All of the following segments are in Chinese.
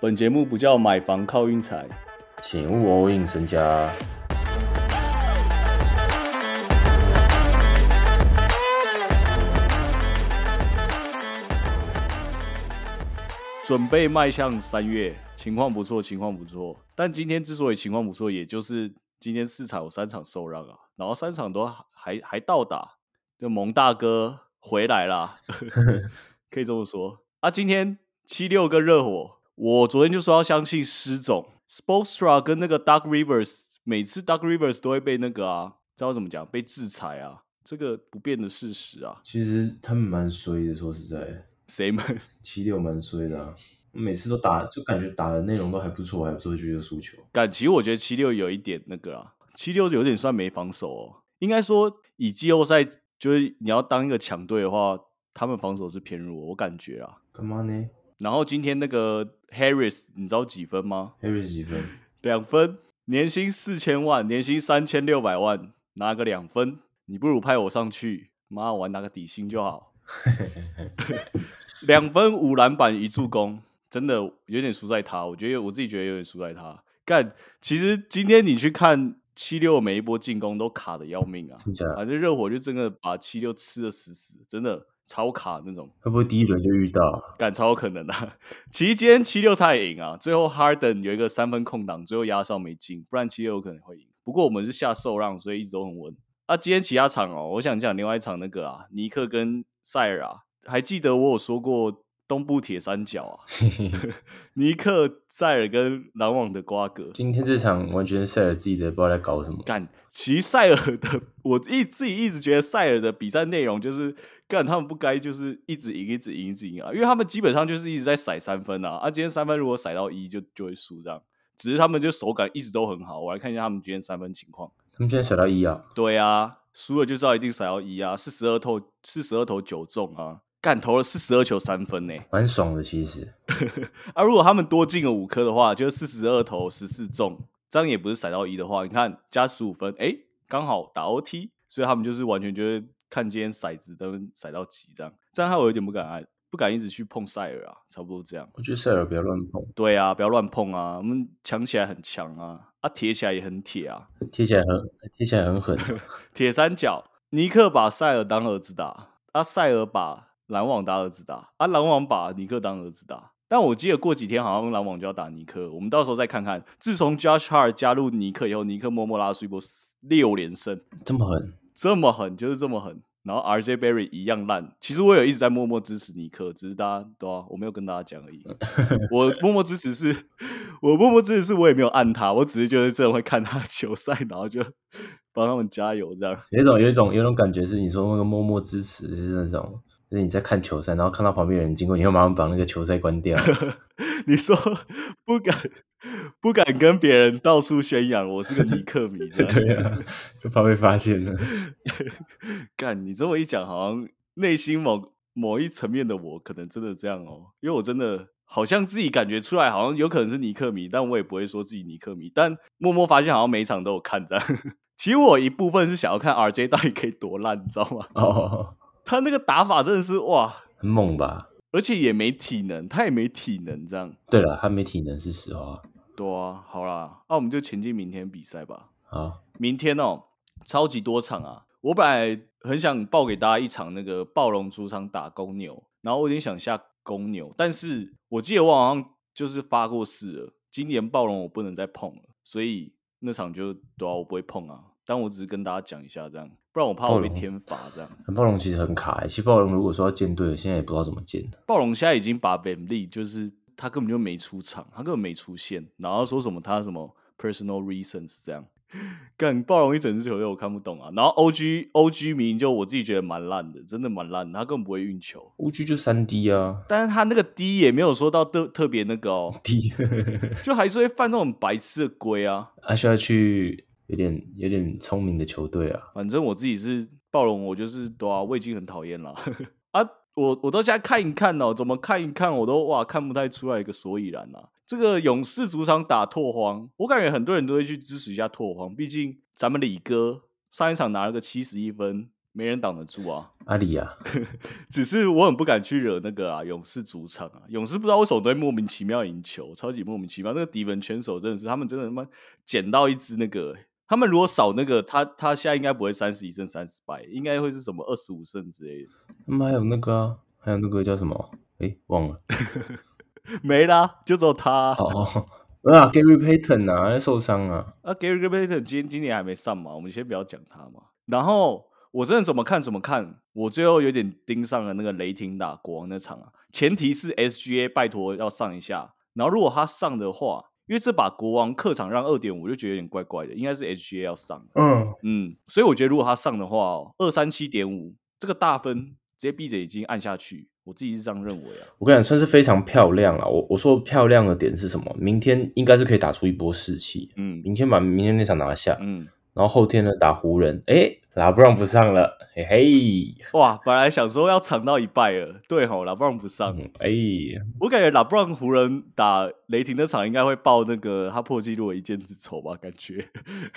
本节目不叫买房靠运财，请勿 all in 身家。准备迈向三月，情况不错，情况不错。但今天之所以情况不错，也就是今天市场有三场受让啊，然后三场都还还到达，就蒙大哥回来 啦，可以这么说啊。今天七六跟热火，我昨天就说要相信施总 s p o s t r a 跟那个 Dark Rivers，每次 Dark Rivers 都会被那个啊，知道怎么讲，被制裁啊，这个不变的事实啊。其实他们蛮衰的，说实在，谁们？七六蛮衰的、啊，每次都打，就感觉打的内容都还不错，还不错，就就输球。感其实我觉得七六有一点那个啊，七六有点算没防守哦。应该说以季后赛，就是你要当一个强队的话，他们防守是偏弱，我感觉啊。干嘛呢然后今天那个 Harris，你知道几分吗？ ？Harris 几分？两分，年薪四千万，年薪三千六百万，拿个两分，你不如派我上去，妈，我还拿个底薪就 好。两分五篮板一助攻，真的有点输在他，我觉得我自己觉得有点输在他。干，其实今天你去看七六每一波进攻都卡的要命啊，真假的？反正热火就真的把七六吃的死死，真的超卡那种。会不会第一轮就遇到啊？干超有可能的、啊。其实今天七六差点赢啊，最后 Harden 有一个三分空档，最后压哨没进，不然七六有可能会赢。不过我们是下受让，所以一直都很稳。啊，今天其他场哦，我想讲另外一场那个啊，尼克跟塞尔啊，还记得我有说过东部铁三角啊， 尼克、塞尔跟篮网的瓜葛。今天这场完全是塞尔自己的，不知道在搞什么。干，其实塞尔的，我一自己一直觉得塞尔的比赛内容就是干，他们不该就是一直赢，一直赢，一直赢啊，因为他们基本上就是一直在甩三分啊，啊，今天三分如果甩到一就就会输这样，只是他们就手感一直都很好，我来看一下他们今天三分情况。他们今天甩到一啊，对啊，输了就知道一定甩到一啊，四十二投四十二投九中啊，干投了四十二球三分呢、蛮爽的其实。啊，如果他们多进了五颗的话，就是四十二投十四中，这样也不是甩到一的话，你看加十五分，哎，刚好打 OT，所以他们就是完全就是看今天骰子都骰到几这样，这样害我有点不敢按不敢一直去碰塞尔啊，差不多这样。我觉得塞尔不要乱碰，对啊，不要乱碰啊，我们抢起来很强啊，啊铁起来也很铁啊，贴起来很贴起来很狠。 铁三角，尼克把塞尔当儿子打，啊塞尔把篮网当儿子打，啊篮网把尼克当儿子打。但我记得过几天好像篮网就要打尼克，我们到时候再看看。自从 Josh Hart 加入尼克以后，尼克默默拉出一波六连胜，这么狠，这么狠就是这么狠。然后 RJ Berry 一样烂，其实我有一直在默默支持尼克，只是大家对啊，我没有跟大家讲而已。我默默支持是，我默默支持是我也没有按他，我只是觉得这人会看他的球赛，然后就帮他们加油这样。有一种有一种有一种感觉是你说那个默默支持，就是那种就是你在看球赛，然后看到旁边有人经过，你会马上把那个球赛关掉。你说不敢不敢跟别人到处宣扬我是个尼克迷， 这样对啊，就怕被发现了。干你这么一讲，好像内心某某一层面的我可能真的这样哦，因为我真的好像自己感觉出来，好像有可能是尼克迷，但我也不会说自己尼克迷，但默默发现好像每一场都有看这样。 其实我一部分是想要看 RJ 到底可以多烂，你知道吗？哦，他那个打法真的是哇，很猛吧？而且也没体能，他也没体能这样。对了，他没体能是实话。对啊，好啦，那、我们就前进明天比赛吧。好，明天哦，超级多场啊！我本来很想报给大家一场那个暴龙主场打公牛，然后我有点想下公牛，但是我记得我好像就是发过誓了，今年暴龙我不能再碰了，所以那场就对啊，我不会碰啊。但我只是跟大家讲一下这样，不然我怕我被暴龙天罚这样。那暴龙其实很卡、欸。其实暴龙如果说要建队，现在也不知道怎么建。暴龙现在已经把 Van l e 就是他根本就没出场，他根本没出现，然后说什么他什么 personal reasons 这样。干暴龙一整支球队我看不懂啊，然后 O G O G 明明就我自己觉得蛮烂的，真的蛮烂的，他根本不会运球，乌居就三 D 啊，但是他那个低也没有说到特特别那个哦，低，就还是会犯那种白痴的规啊。还需要去有点有点聪明的球队啊。反正我自己是暴龙，我就是对啊，我已经很讨厌了 啊！我我到现在看一看哦，怎么看一看我都哇看不太出来一个所以然啊。这个勇士主场打拓荒，我感觉很多人都会去支持一下拓荒，毕竟咱们李哥上一场拿了个七十一分，没人挡得住啊。阿里啊，只是我很不敢去惹那个啊勇士主场啊，勇士不知道为什么都会莫名其妙赢球，超级莫名其妙。那个迪文拳手真的是，他们真的他妈捡到一只那个、他们如果少那个，他他现在应该不会三十一胜三十败，应该会是什么二十五胜之类的，他们还有那个、啊，还有那个叫什么？诶，忘了。没啦，就只有他啊。哦， 没有啊，Gary Payton 啊，他受伤啊。啊，Gary Payton 今今年还没上嘛，我们先不要讲他嘛。然后我真的怎么看怎么看，我最后有点盯上了那个雷霆打国王那场啊。前提是 SGA 拜托要上一下，然后如果他上的话，因为这把国王客场让二点五，我就觉得有点怪怪的，应该是 SGA 要上。嗯，嗯，所以我觉得如果他上的话、哦，二三七点五这个大分直接闭着眼睛按下去，我自己是这样认为啊。我跟你讲，算是非常漂亮了。我我说漂亮的点是什么？明天应该是可以打出一波士气，嗯明天把明天那场拿下，嗯，然后后天呢打湖人，诶，拉布朗不上了，嘿嘿，哇，本来想说要藏到一败了，对吼，老布朗不上，嗯，诶，我感觉拉布朗湖人打雷霆那场应该会爆那个他破纪录的一箭之仇吧？感觉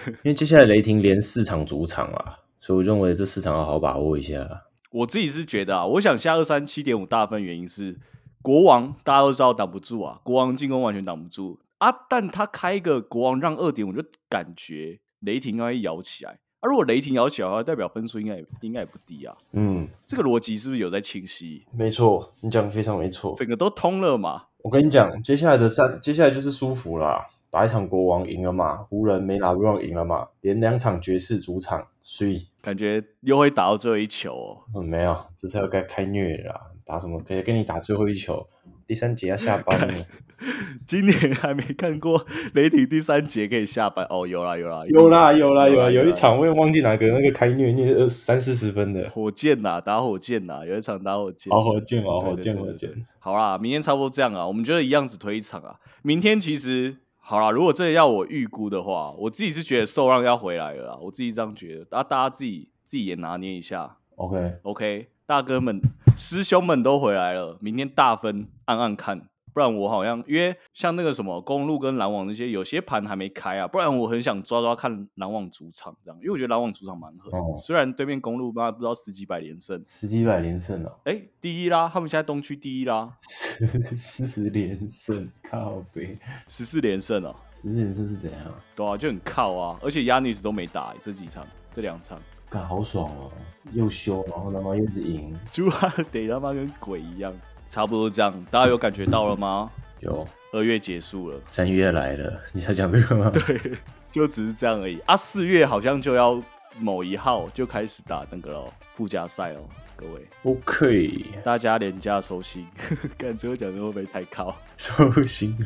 因为接下来雷霆连四场主场啊，所以我认为这四场要好好把握一下。 我自己是觉得啊，我想下二三七点五大分原因是国王大家都知道挡不住啊，国王进攻完全挡不住啊，但他开一个国王让二点，我就感觉雷霆应该会摇起来啊。如果雷霆摇起来的话，代表分数应该也应该也不低啊。嗯，这个逻辑是不是有在清晰？没错，你讲的非常没错。整个都通了嘛？我跟你讲，接下来的三，接下来就是舒服啦。打一场国王赢了嘛，湖人没拿布朗赢了嘛，连两场爵士主场，所以感觉又会打到最后一球哦。嗯没有，这次要该开虐了啦。打什么可以跟你打最后一球，第三节要下班了。 今年还没看过雷霆第三节可以下班哦，有啦有啦有啦有啊啦有啦，有啦有一场我也忘记哪个那个开虐虐二三四十分的，火箭呐，打火箭呐，有一场打火箭，好火箭好火对箭对好对火箭。好啦，明天差不多这样啊，我们觉得一样只推一场啊。明天其实好啦，如果真的要我预估的话，我自己是觉得受让要回来了啦，我自己这样觉得，啊，大家自己自己也拿捏一下 OK， ，OK，大哥们师兄们都回来了，明天大分按按看。不然我好像因为像那个什么公路跟篮网那些，有些盘还没开啊。不然我很想抓抓看篮网主场这样，因为我觉得篮网主场蛮狠。哦虽然对面公路妈不知道十几百连胜，十几百连胜 哦，哎，第一啦，他们现在东区第一啦，十四连胜，靠北，十四连胜哦，十四连胜是怎样？对啊，就很靠啊，而且亚尼斯都没打、欸这几场，这两场，干好爽哦，又修，然后他妈又是赢，朱哈得他 妈跟鬼一样，差不多这样，大家有感觉到了吗？有二月结束了，三月来了，你才讲这个吗？对，就只是这样而已啊。四月好像就要某一号就开始打那个咯，附加赛哦，各位 OK， 大家廉价收心，感觉我讲的会不会太靠？收心，